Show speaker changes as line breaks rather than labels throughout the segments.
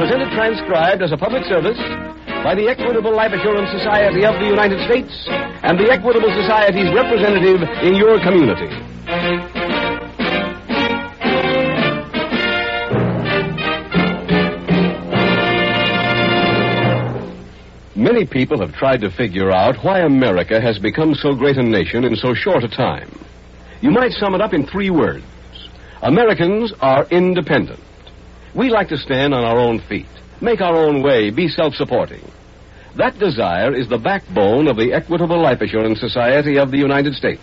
Presented transcribed as a public service by the Equitable Life Assurance Society of the United States and the Equitable Society's representative in your community. Many people have tried to figure out why America has become so great a nation in so short a time. You might sum it up in three words Americans are independent. We like to stand on our own feet, make our own way, be self supporting. That desire is the backbone of the Equitable Life Assurance Society of the United States.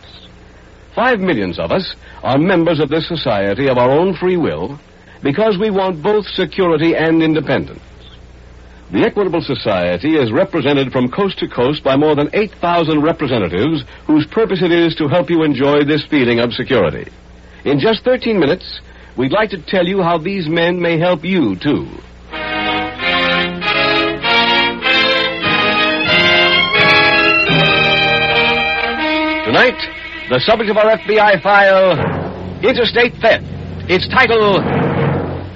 Five millions of us are members of this society of our own free will because we want both security and independence. The Equitable Society is represented from coast to coast by more than 8,000 representatives whose purpose it is to help you enjoy this feeling of security. In just 13 minutes, we'd like to tell you how these men may help you, too. Tonight, the subject of our FBI file Interstate Theft. It's titled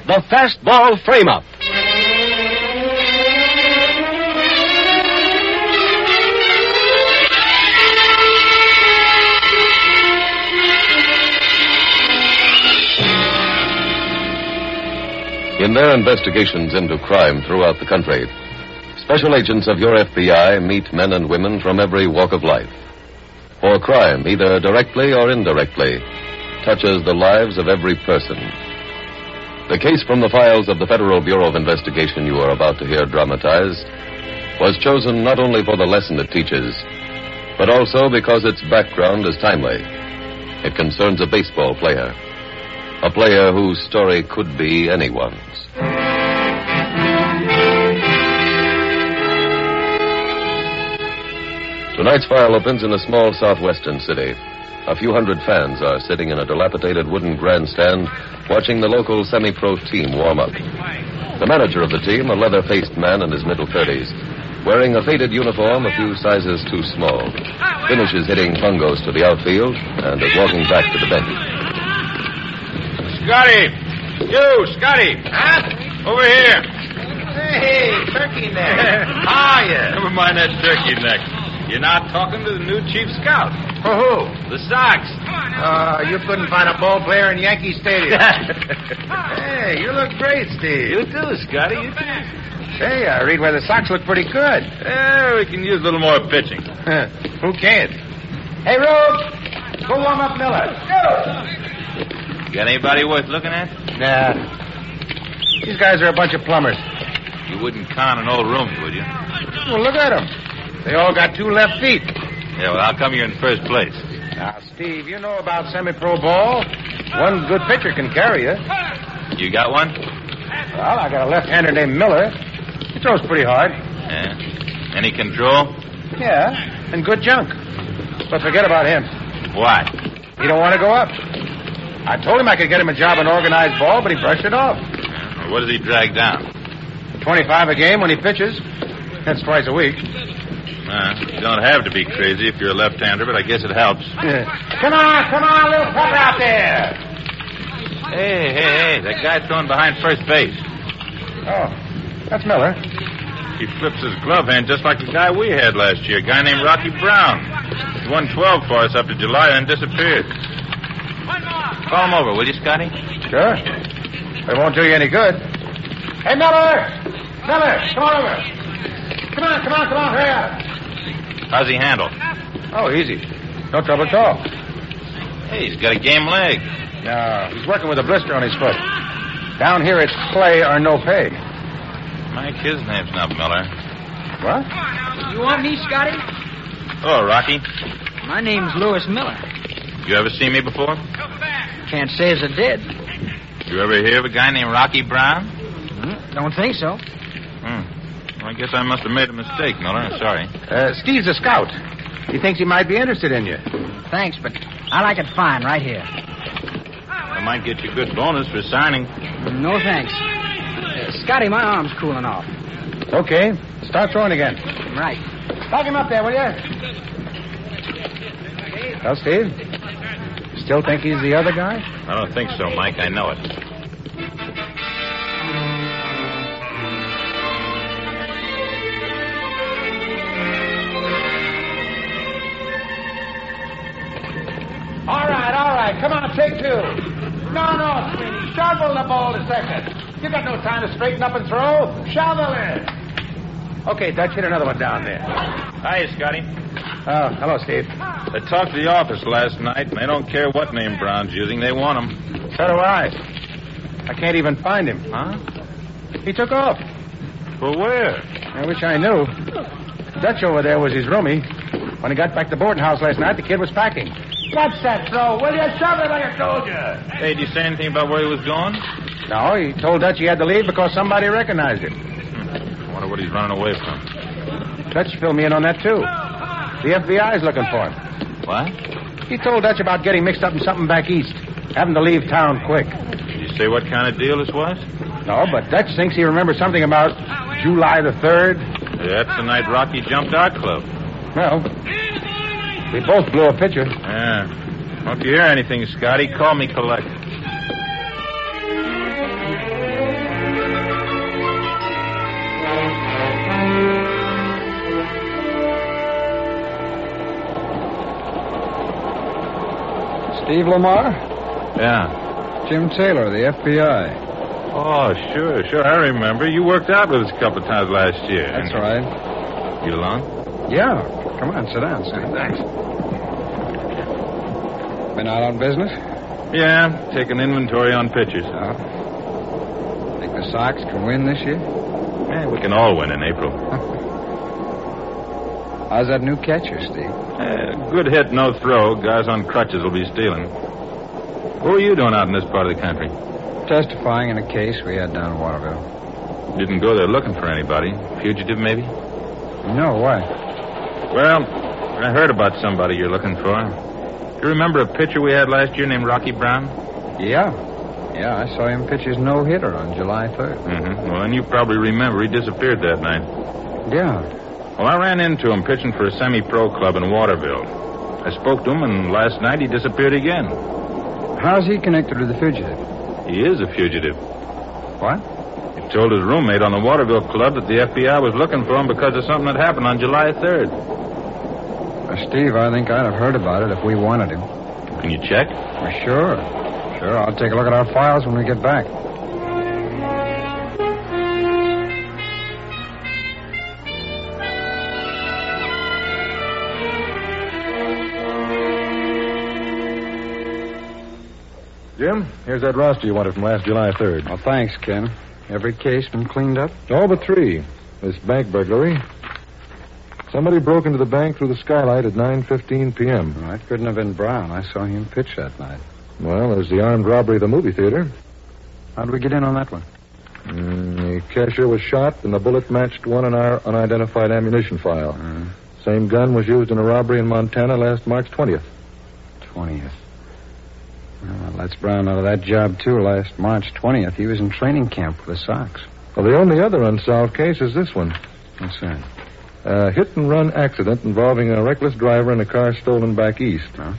The Fastball Frame Up.
In their investigations into crime throughout the country, special agents of your FBI meet men and women from every walk of life. For crime, either directly or indirectly, touches the lives of every person. The case from the files of the Federal Bureau of Investigation you are about to hear dramatized was chosen not only for the lesson it teaches, but also because its background is timely. It concerns a baseball player. A player whose story could be anyone's. Tonight's file opens in a small southwestern city. A few hundred fans are sitting in a dilapidated wooden grandstand watching the local semi pro team warm up. The manager of the team, a leather faced man in his middle 30s, wearing a faded uniform a few sizes too small, finishes hitting fungos to the outfield and is walking back to the bench.
Scotty! You, Scotty! Huh? Over here.
Hey, turkey neck.
How are you? Never mind that turkey neck. You're not talking to the new chief scout,
For who?
the Sox.
Uh, you couldn't find a ball player in Yankee Stadium. hey, you look great,
you
Steve.
too, Scotty. You too.
Hey, I read where the Sox look pretty good.
Yeah, we can use a little more pitching.
Huh, Who can't? Hey, Rube, go warm up Miller. Go.
Got anybody worth looking at?
Nah. These guys are a bunch of plumbers.
You wouldn't count an old room, would you?
Well, look at them. They all got two left feet.
Yeah, well, how come you're in first place?
Now, Steve, you know about semi-pro ball. One good pitcher can carry you.
You got one?
Well, I got a left-hander named Miller. He throws pretty hard.
Yeah. Any control?
Yeah, and good junk. But forget about him.
Why?
He don't want to go up. I told him I could get him a job in organized ball, but he brushed it off.
Yeah, What does he drag down?
25 a game when he pitches. That's twice a week.
Uh, you don't have to be crazy if you're a left-hander, but I guess it helps.
come on, come on, little pepper out there.
Hey, hey, hey, that guy throwing behind first base.
Oh, that's Miller.
He flips his glove hand just like the guy we had last year, a guy named Rocky Brown. He won 12 for us up to July and disappeared. Call him over, will you, Scotty?
Sure. But it won't do you any good. Hey, Miller! Miller, come on over. Come on, come on, come on, hurry up.
How's he handle?
Oh, easy. No trouble at all.
Hey, he's got a game leg.
No, he's working with a blister on his foot. Down here, it's play or no pay.
Mike, his name's not Miller.
What?
You want me, Scotty?
Hello, Rocky.
My name's Lewis Miller.
You ever seen me before?
Can't say as I did.
You ever hear of a guy named Rocky Brown?
Hmm, Don't think so.
Hmm. I guess I must have made a mistake, Miller. I'm sorry.
Uh, Steve's a scout. He thinks he might be interested in you.
Thanks, but I like it fine right here.
I might get you a good bonus for signing.
No thanks. Uh, Scotty, my arm's cooling off.
Okay. Start throwing again.
Right.
Lock him up there, will you? Well, Steve, still think he's the other guy?
I don't think so, Mike. I know it.
All right, all right. Come on, take two. No, no, Sweeney. Shovel the ball a second. You got no time to straighten up and throw. Shovel it. Okay, Dutch, hit another one down there.
Hi, Scotty.
Oh, hello, Steve.
I talked to the office last night, and they don't care what name Brown's using. They want him.
So do I. I can't even find him.
Huh?
He took off.
Well, where?
I wish I knew. Dutch over there was his roomie. When he got back to boarding house last night, the kid was packing. What's that throw? Will you shove it like I told you?
Hey, did you say anything about where he was going?
No, he told Dutch he had to leave because somebody recognized him.
I wonder what he's running away from.
Dutch filled me in on that, too. The FBI's looking for him.
What?
He told Dutch about getting mixed up in something back east, having to leave town quick.
Did you say what kind of deal this was?
No, but Dutch thinks he remembers something about July the 3rd.
That's the night Rocky jumped our club.
Well, we both blew a picture.
Yeah. Well, if you hear anything, Scotty, call me collect.
Steve Lamar?
Yeah.
Jim Taylor, the FBI.
Oh, sure, sure. I remember. You worked out with us a couple of times last year.
right.
You along?
Yeah. Come on, sit down, Steve. Thanks. Been out on business?
Yeah, taking inventory on pictures.
No. Think the Sox can win this year?
Yeah, we can all win in April.
How's that new catcher, Steve?
Eh, good hit, no throw. Guys on crutches will be stealing. What were you doing out in this part of the country?
Testifying in a case we had down in Waterville.
Didn't go there looking for anybody. Fugitive, maybe?
No, why?
Well, I heard about somebody you're looking for. Do you remember a pitcher we had last year named Rocky Brown?
Yeah. Yeah, I saw him pitch his no-hitter on July 3rd.
Mm-hmm. Well, and you probably remember he disappeared that night.
Yeah.
Well, I ran into him pitching for a semi-pro club in Waterville. I spoke to him, and last night he disappeared again.
How's he connected with the fugitive?
He is a fugitive.
What?
He told his roommate on the Waterville club that the FBI was looking for him because of something that happened on July 3rd.
Uh, Steve, I think I'd have heard about it if we wanted him.
Can you check?
Well, sure. Sure, I'll take a look at our files when we get back.
Jim, here's that roster you wanted from last July 3rd.
Well, thanks, Ken. Every case been cleaned up?
All but three. This bank burglary. Somebody broke into the bank through the skylight at 9.15 p.m.
Well, that couldn't have been Brown. I saw him pitch that night.
Well, there's the armed robbery of the movie theater.
How'd we get in on that one?
Mm, the cashier was shot, and the bullet matched one in our unidentified ammunition file.
Mm-hmm.
Same gun was used in a robbery in Montana last March 20th.
20th. Well, that's Brown out of that job, too, last March 20th. He was in training camp with the Sox.
Well, the only other unsolved case is this one.
That's right.
A hit and run accident involving a reckless driver and a car stolen back east.
Huh?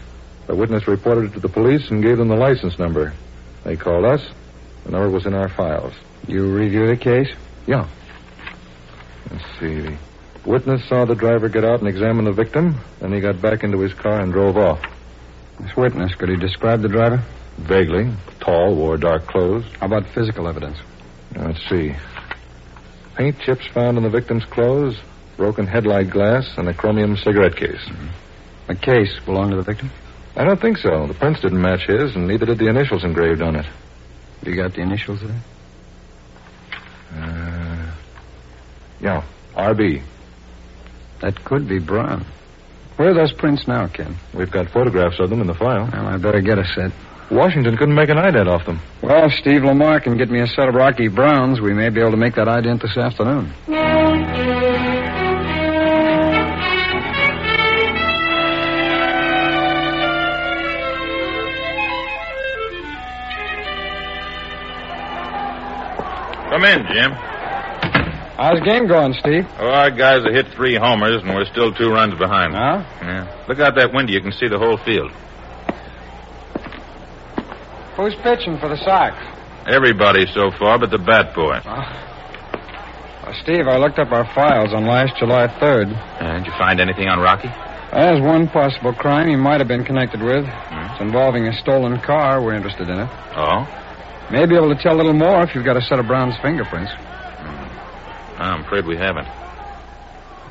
A witness reported it to the police and gave them the license number. They called us. The number was in our files.
You review the case?
Yeah. Let's see. The witness saw the driver get out and examine the victim. Then he got back into his car and drove off.
This witness, could he describe the driver?
Vaguely. Tall, wore dark clothes.
How about physical evidence?
Now, let's see. Paint chips found on the victim's clothes, broken headlight glass, and a chromium cigarette case.
The Mm-hmm. case belonged to the victim?
I don't think so. The prints didn't match his, and neither did the initials engraved on it.
You got the initials of it?
Uh, yeah, RB.
That could be Brown. Where are those prints now, Ken?
We've got photographs of them in the file.
Well, I better get a set.
Washington couldn't make an ident off them.
Well, if Steve Lamar can get me a set of Rocky Browns, we may be able to make that ident this afternoon.
Thank you.
in, Jim.
How's the game going, Steve?
Oh, our guys have hit three homers, and we're still two runs behind.
Huh?
Yeah. Look out that window. You can see the whole field.
Who's pitching for the Sox?
Everybody so far but the bat boy.
Uh, Steve, I looked up our files on last July 3rd.
Uh, did you find anything on Rocky?
There's one possible crime he might have been connected with. It's involving a stolen car. We're interested in it.
Oh?
May be able to tell a little more if you've got a set of Brown's fingerprints.
I'm afraid we haven't.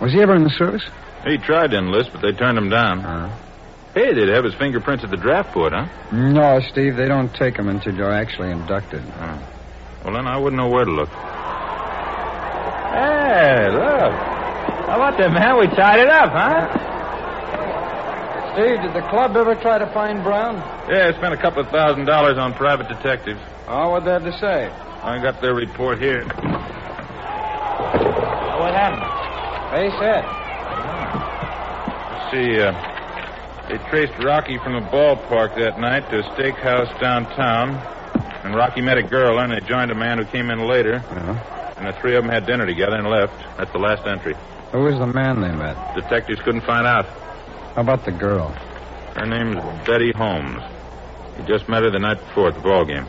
Was he ever in the service?
He tried to enlist, but they turned him down. Hey, they'd have his fingerprints at the draft board, huh?
No, Hmm. Steve, they don't take them until you're actually inducted.
Well, then I wouldn't know where to look. Hey, look. How about that, man? We tied it up, huh?
Steve, did the club ever try to find Brown?
Yeah, I spent a couple of thousand dollars on private detectives.
Oh, what'd they have to say?
I got their report here.
What happened? They said.
See, uh, they traced Rocky from the ballpark that night to a steakhouse downtown. And Rocky met a girl, and they joined a man who came in later. And the three of them had dinner together and left. That's the last entry.
Who was the man they met?
Detectives couldn't find out.
How about the girl?
Her name's Betty Holmes. He just met her the night before at the ball game.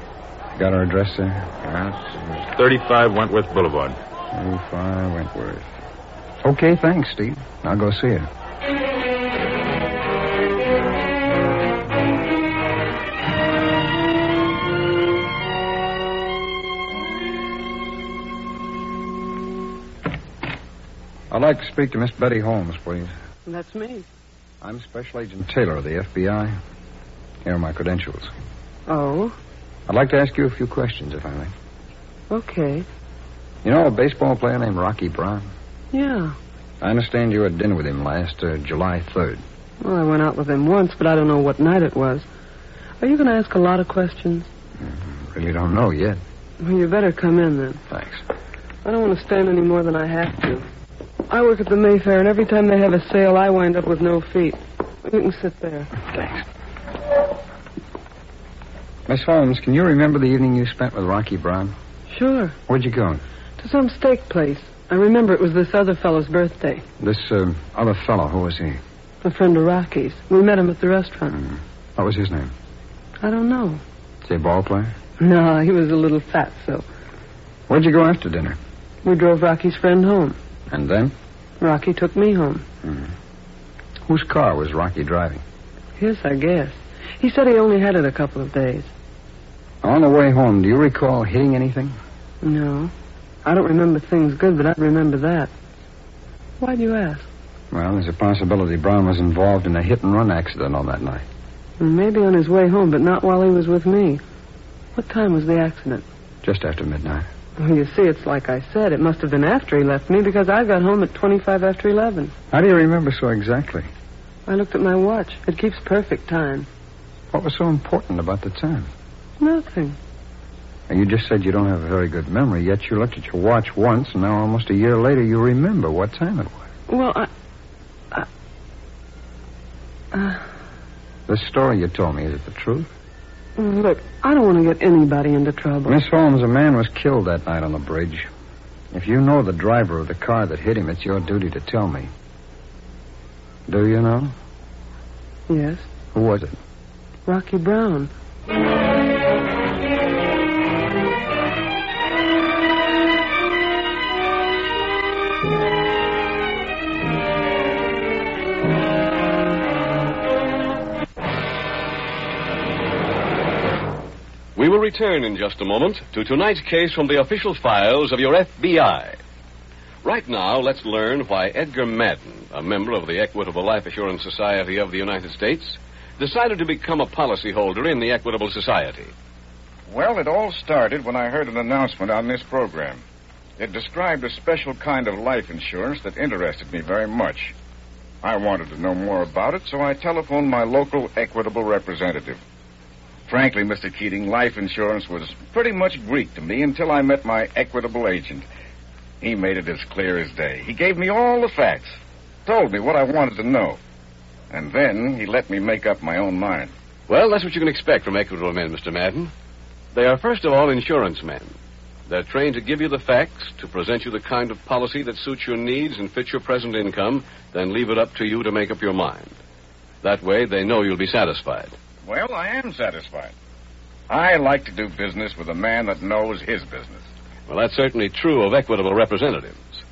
Got her address there?
Yes, it's 35 Wentworth Boulevard.
Oh, five Wentworth. Okay, thanks, Steve. I'll go see her. I'd like to speak to Miss Betty Holmes, please.
That's me.
I'm Special Agent Taylor of the FBI. Here are my credentials.
Oh,
I'd like to ask you a few questions, if I may.
okay.
You know a baseball player named Rocky Brown?
Yeah.
I understand you had dinner with him last uh, July 3rd.
Well, I went out with him once, but I don't know what night it was. Are you going to ask a lot of questions?
Really don't know yet.
Well, you better come in then.
Thanks.
I don't want to stand any more than I have to. I work at the Mayfair, and every time they have a sale, I wind up with no feet. You can sit there.
Thanks. Miss Holmes, can you remember the evening you spent with Rocky Brown?
Sure.
Where'd you go?
To some steak place. I remember it was this other fellow's birthday,
This uh, other fellow, who was he?
a friend of Rocky's. We met him at the restaurant.
What was his name?
I don't know.
Is he a ball player?
No, he was a little fat, so.
Where'd you go after dinner?
We drove Rocky's friend home.
And then?
Rocky took me home.
Whose car was Rocky driving?
Yes, I guess. He said he only had it a couple of days.
On the way home, do you recall hitting anything?
No. I don't remember things good, but I remember that. Why do you ask?
Well, there's a possibility Brown was involved in a hit and run accident on that night.
Maybe on his way home, but not while he was with me. What time was the accident?
Just after midnight.
Well, you see, it's like I said. It must have been after he left me because I got home at 25 after 11.
How do you remember so exactly?
I looked at my watch. It keeps perfect time.
What was so important about the time?
Nothing.
And you just said you don't have a very good memory, yet you looked at your watch once, and now almost a year later you remember what time it was.
Well, I.
The story you told me, is it the truth?
uh, Look, I don't want to get anybody into trouble.
Miss Holmes, a man was killed that night on the bridge. If you know the driver of the car that hit him, it's your duty to tell me. Do you know?
Yes?
Who was it?
Rocky Brown.
We will return in just a moment to tonight's case from the official files of your FBI. Right now, let's learn why Edgar Madden, a member of the Equitable Life Assurance Society of the United States, decided to become a policyholder in the Equitable Society.
Well, it all started when I heard an announcement on this program. It described a special kind of life insurance that interested me very much. I wanted to know more about it, so I telephoned my local Equitable representative. Frankly, Mr. Keating, life insurance was pretty much Greek to me until I met my Equitable agent. He made it as clear as day. He gave me all the facts, told me what I wanted to know, and then he let me make up my own mind.
Well, that's what you can expect from Equitable men, Mr. Madden. They are, first of all, insurance men. They're trained to give you the facts, to present you the kind of policy that suits your needs and fits your present income, then leave it up to you to make up your mind. That way, they know you'll be satisfied.
Well, I am satisfied. I like to do business with a man that knows his business.
Well, that's certainly true of equitable representatives.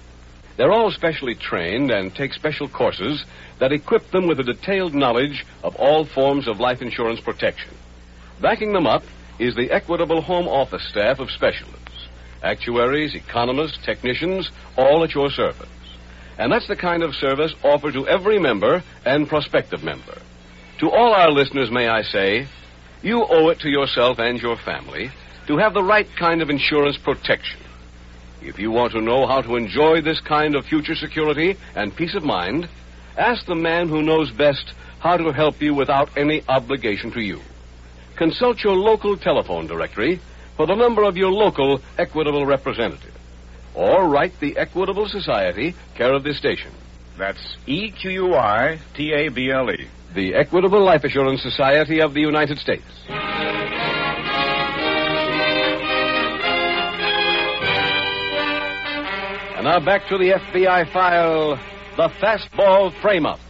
They're all specially trained and take special courses that equip them with a detailed knowledge of all forms of life insurance protection. Backing them up is the Equitable Home Office staff of specialists actuaries, economists, technicians, all at your service. And that's the kind of service offered to every member and prospective member. To all our listeners, may I say, you owe it to yourself and your family to have the right kind of insurance protection. If you want to know how to enjoy this kind of future security and peace of mind, ask the man who knows best how to help you without any obligation to you. Consult your local telephone directory for the number of your local Equitable representative. Or write the Equitable Society, care of this station.
That's E Q U I T A B L E.
The Equitable Life Assurance Society of the United States. And now back to the FBI file The Fastball Frame Up.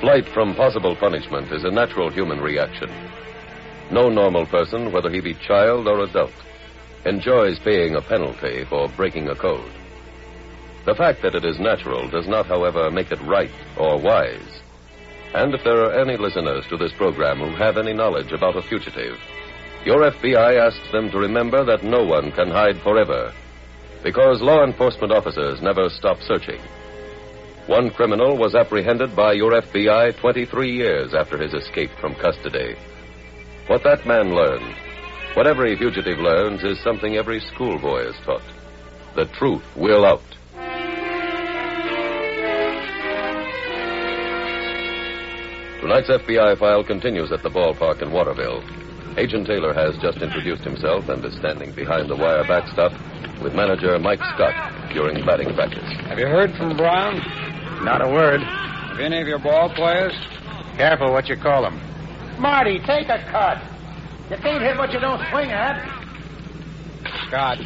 Flight from possible punishment is a natural human reaction. No normal person, whether he be child or adult, enjoys paying a penalty for breaking a code. The fact that it is natural does not, however, make it right or wise. And if there are any listeners to this program who have any knowledge about a fugitive, your FBI asks them to remember that no one can hide forever because law enforcement officers never stop searching. One criminal was apprehended by your FBI 23 years after his escape from custody. What that man learned, what every fugitive learns, is something every schoolboy is taught. The truth will out. Tonight's FBI file continues at the ballpark in Waterville. Agent Taylor has just introduced himself and is standing behind the wire backstop with manager Mike Scott during batting practice.
Have you heard from Brown? Not a word. Have any of your ball players? Careful what you call them.
Marty, take a cut. You can't hit what you don't swing at.
Scott,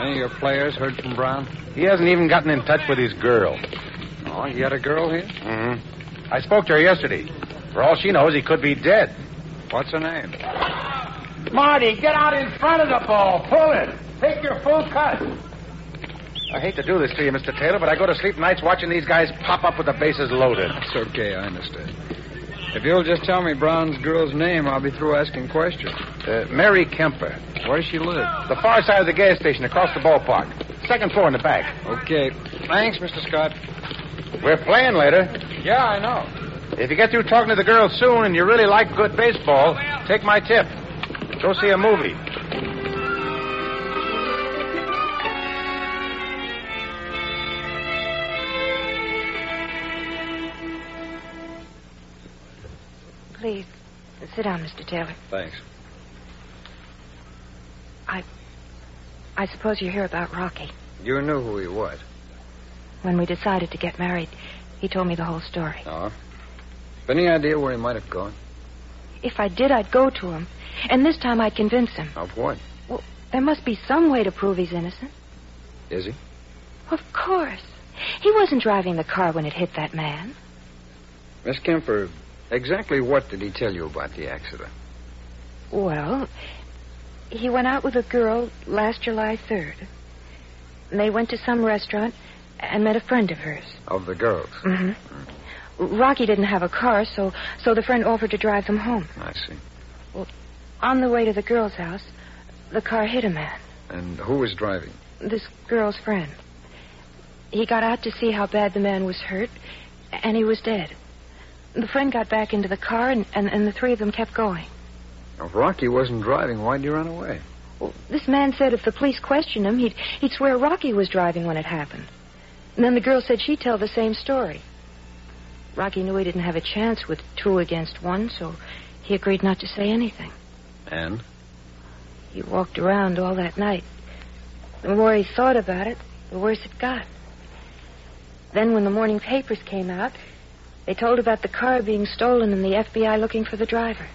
any of your players heard from Brown? He hasn't even gotten in touch with his girl. Oh, you got a girl here? Mm-hmm. I spoke to her yesterday. For all she knows, he could be dead. What's her name?
Marty, get out in front of the ball. Pull it. Take your full cut.
I hate to do this to you, Mr. Taylor, but I go to sleep nights watching these guys pop up with the bases loaded. It's okay, I understand. If you'll just tell me Brown's girl's name, I'll be through asking questions. Uh, Mary Kemper. Where does she live? The far side of the gas station, across the ballpark. Second floor in the back. Okay. Thanks, Mr. Scott. We're playing later. Yeah, I know. If you get through talking to the girl soon and you really like good baseball, take my tip. Go see a movie.
Please, sit down, Mr. Taylor.
Thanks.
I. I suppose you hear about Rocky.
You knew who he was.
When we decided to get married, he told me the whole story.
Oh? Any idea where he might have gone?
If I did, I'd go to him. And this time I'd convince him.
Of what?
Well, there must be some way to prove he's innocent.
Is he?
Of course. He wasn't driving the car when it hit that man.
Miss Kemper, exactly what did he tell you about the accident?
Well, he went out with a girl last July 3rd. And They went to some restaurant and met a friend of hers.
Of the girls?
Mm-hmm. Rocky didn't have a car, so, so the friend offered to drive them home.
I see.
On the way to the girl's house, the car hit a man,
And who was driving?
this girl's friend. He got out to see how bad the man was hurt, and he was dead. The friend got back into the car, and, and, and the three of them kept going.
Now, If Rocky wasn't driving, why'd he run away?
Well, this man said if the police questioned him, he'd, he'd swear Rocky was driving when it happened. And then the girl said she'd tell the same story. Rocky knew he didn't have a chance with two against one, so he agreed not to say anything.
And?
He walked around all that night, The more he thought about it, the worse it got. Then, when the morning papers came out, they told about the car being stolen and the FBI looking for the driver.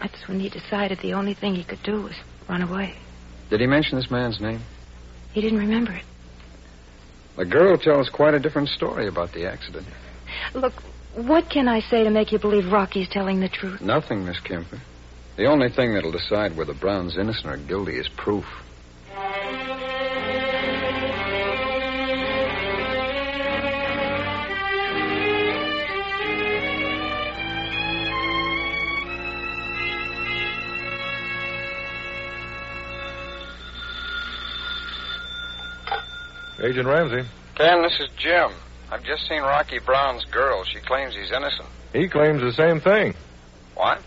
That's when he decided the only thing he could do was run away.
Did he mention this man's name?
He didn't remember it.
The girl tells quite a different story about the accident.
Look, what can I say to make you believe Rocky's telling the truth?
Nothing, Miss Kemper. The only thing that'll decide whether Brown's innocent or guilty is proof.
Agent Ramsey.
Ken, this is Jim. I've just seen Rocky Brown's girl. She claims he's innocent.
He claims the same thing.
What?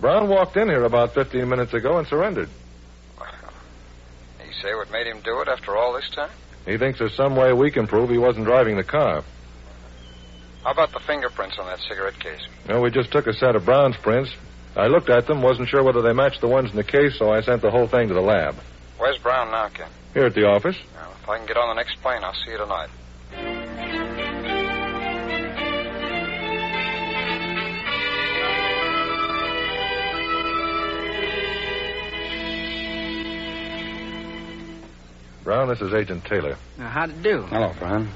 Brown walked in here about 15 minutes ago and surrendered.
You say what made him do it after all this time?
He thinks there's some way we can prove he wasn't driving the car.
How about the fingerprints on that cigarette case?
Well, we just took a set of Brown's prints. I looked at them, wasn't sure whether they matched the ones in the case, so I sent the whole thing to the lab.
Where's Brown now, Ken?
Here at the office.
Now, if I can get on the next plane, I'll see you tonight.
Brown, this is Agent Taylor.
Now, how to do?
Hello, Brown.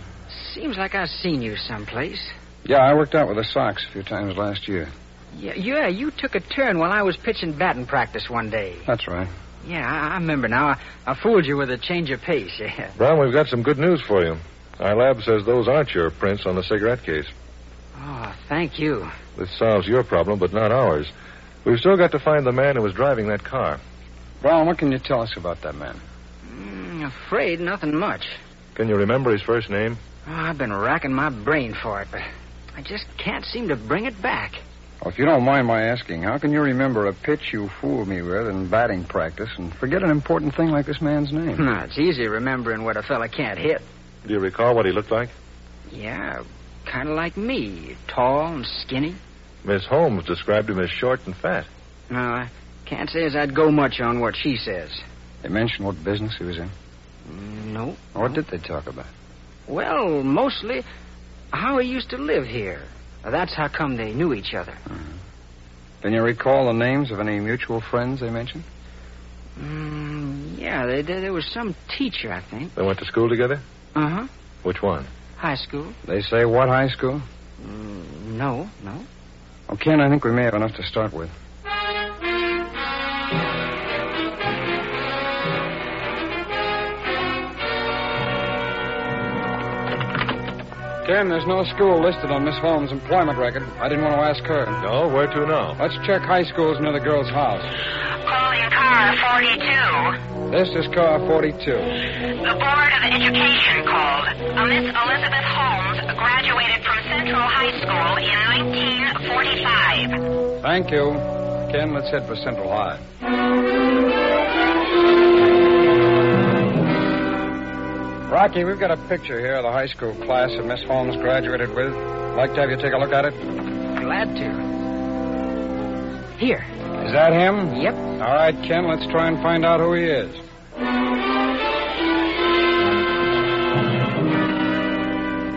Seems like I've seen you someplace.
Yeah, I worked out with the Sox a few times last year.
Yeah, yeah, you took a turn while I was pitching batting practice one day.
That's right.
Yeah, I, I remember now. I, I fooled you with a change of pace. Yeah.
Brown, we've got some good news for you. Our lab says those aren't your prints on the cigarette case.
Oh, thank you.
This solves your problem, but not ours. We've still got to find the man who was driving that car.
Brown, what can you tell us about that man?
I'm Mm, afraid nothing much.
Can you remember his first name?
Oh, I've been racking my brain for it, but I just can't seem to bring it back.
Well, if you don't mind my asking, how can you remember a pitch you fooled me with in batting practice and forget an important thing like this man's name?
No, it's easy remembering what a fella can't hit.
Do you recall what he looked like?
Yeah, kind of like me, tall and skinny.
Miss Holmes described him as short and fat.
No, I can't say as I'd go much on what she says.
They mentioned what business he was in.
No.
What did they talk about?
Well, mostly how he used to live here. That's how come they knew each other.
Can you recall the names of any mutual friends they mentioned?
Mm, yeah, there, there, there was some teacher, I think.
They went to school together?
Uh huh.
Which one?
High school.
They say what high school?
Mm, No, no.
Oh, Ken, I think we may have enough to start with.
Ken, there's no school listed on Miss Holmes' employment record. I didn't want to ask her.
No, where to now?
Let's check high schools near the girl's house.
Calling car 42.
This is car 42.
The Board of Education called. A Miss Elizabeth Holmes graduated from Central High School in 1945.
Thank you. Ken, let's head for Central High. Rocky, we've got a picture here of the high school class that Miss Holmes graduated with. Like to have you take a look at it.
Glad to. Here.
Is that him?
Yep.
All right, Ken, let's try and find out who he is.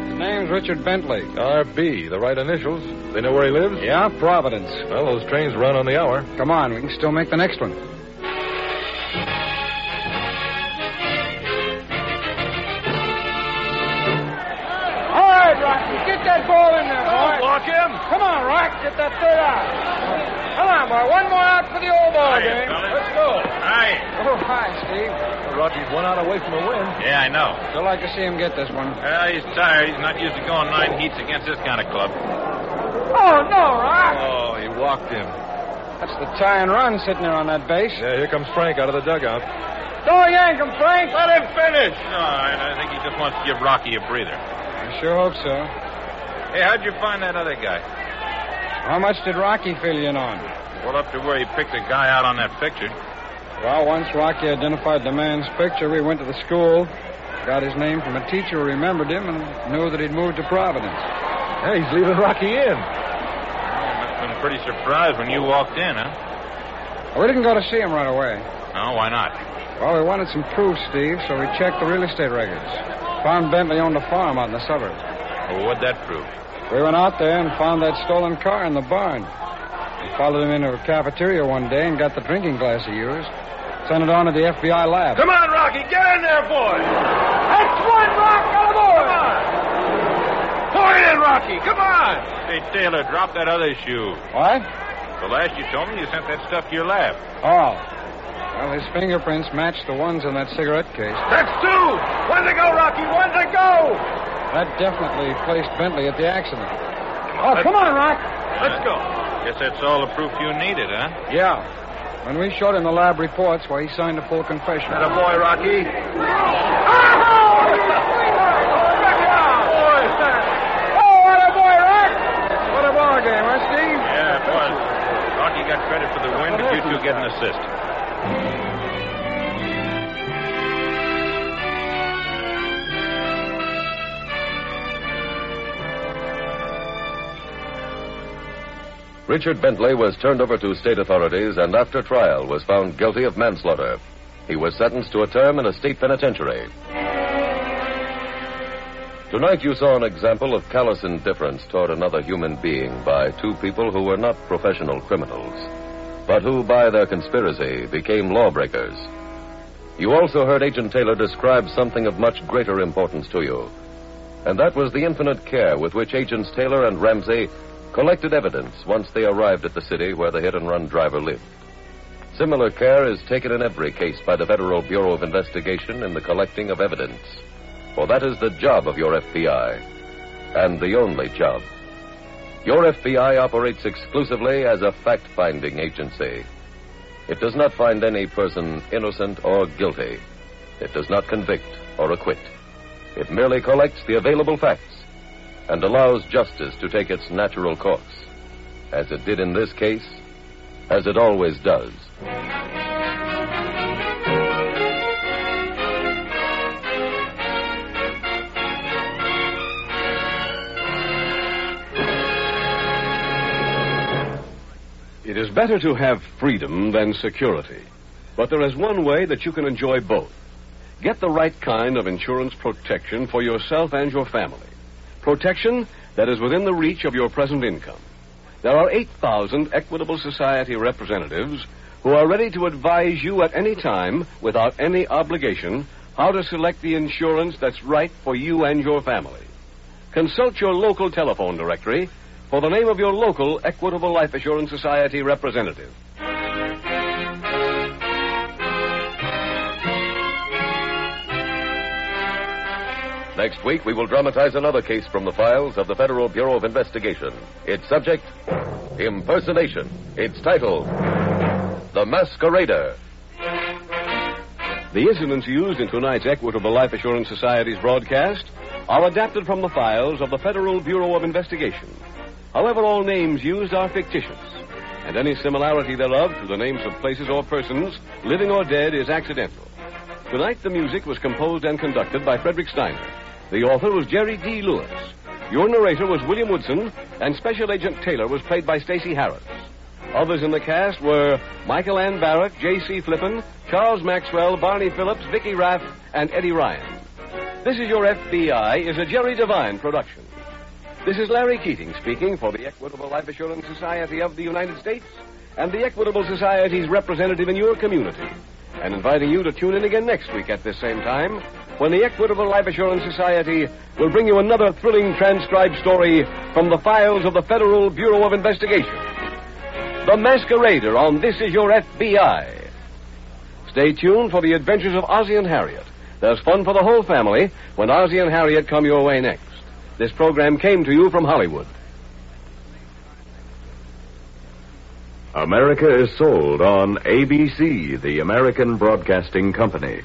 His name's Richard Bentley.
RB, the right initials. They know where he lives?
Yeah, Providence.
Well, those trains run on the hour.
Come on, we can still make the next one. All right, Rocky, get that ball in there, boy. Don't block him. Come on, Rock, get that third out. Come on, boy, one more out for the old ball game. Let's go.
Hi.
Oh, hi, Steve.
Rocky's one out away from a win.
Yeah, I know.
Still like to see him get this one.
Well, he's tired. He's not used to going nine heats against this kind of club.
Oh, no, Rock.
Oh, he walked him.
That's the tie and run sitting there on that base.
Yeah, here comes Frank out of the dugout.
Don't yank him, Frank.
Let him finish. No, I, I think he just wants to give Rocky a breather.
I sure hope so.
Hey, how'd you find that other guy?
How much did Rocky fill you in on?
Well, up to where he picked the guy out on that picture.
Well, once Rocky identified the man's picture, we went to the school, got his name from a teacher who remembered him and knew that he'd moved to Providence.
Hey, he's leaving Rocky in.
Must have been pretty surprised when you walked in, huh?
We didn't go to see him right away.
No, why not?
Well, we wanted some proof, Steve, so we checked the real estate records. Found Bentley owned a farm out in the suburbs.
Well, what'd that prove?
We went out there and found that stolen car in the barn. We followed him into a cafeteria one day and got the drinking glass he used. Sent it on to the FBI lab.
Come on, Rocky, get in there, boy. That's one, Rock, on board. Come on.
Pour it in, Rocky. Come on. Hey, Taylor, drop that other shoe.
What?
The last you told me you sent that stuff to your lab.
Oh. Well, his fingerprints matched the ones on that cigarette case.
That's two. One to go, Rocky. One to go.
That definitely placed Bentley at the accident. Oh, come on, Rock.
Let's go. Guess that's all the proof you needed, huh?
Yeah. When we showed him the lab reports, why he signed a full confession.
That a boy, Rocky.
Oh, what a boy, Rock.
What a ball game, huh, Steve?
Yeah, it was. Rocky got credit for the win, but you two get an assist.
Richard Bentley was turned over to state authorities and after trial was found guilty of manslaughter. He was sentenced to a term in a state penitentiary. Tonight you saw an example of callous indifference toward another human being by two people who were not professional criminals, but who by their conspiracy became lawbreakers. You also heard Agent Taylor describe something of much greater importance to you, and that was the infinite care with which Agents Taylor and Ramsey collected evidence once they arrived at the city where the hit and run driver lived. Similar care is taken in every case by the Federal Bureau of Investigation in the collecting of evidence, for that is the job of your FBI, and the only job. Your FBI operates exclusively as a fact finding agency. It does not find any person innocent or guilty. It does not convict or acquit. It merely collects the available facts and allows justice to take its natural course, as it did in this case, as it always does.
It is better to have freedom than security. But there is one way that you can enjoy both. Get the right kind of insurance protection for yourself and your family. Protection that is within the reach of your present income. There are 8,000 Equitable Society representatives who are ready to advise you at any time, without any obligation, how to select the insurance that's right for you and your family. Consult your local telephone directory for the name of your local Equitable Life Assurance Society representative.
Next week, we will dramatize another case from the files of the Federal Bureau of Investigation. Its subject, impersonation. Its title, The Masquerader.
The incidents used in tonight's Equitable Life Assurance Society's broadcast are adapted from the files of the Federal Bureau of Investigation. However, all names used are fictitious, and any similarity thereof to the names of places or persons, living or dead, is accidental. Tonight, the music was composed and conducted by Frederick Steiner. The author was Jerry D. Lewis. Your narrator was William Woodson, and Special Agent Taylor was played by Stacy Harris. Others in the cast were Michael Ann Barrett, J.C. Flippin, Charles Maxwell, Barney Phillips, Vicki Raff, and Eddie Ryan. This is Your FBI is a Jerry Devine production. This is Larry Keating speaking for the Equitable Life Assurance Society of the United States and the Equitable Society's representative in your community, and inviting you to tune in again next week at this same time when the Equitable Life Assurance Society will bring you another thrilling transcribed story from the files of the Federal Bureau of Investigation. The Masquerader on This Is Your FBI. Stay tuned for the adventures of Ozzie and Harriet. There's fun for the whole family when Ozzie and Harriet come your way next. This program came to you from Hollywood.
America is sold on ABC, the American Broadcasting Company.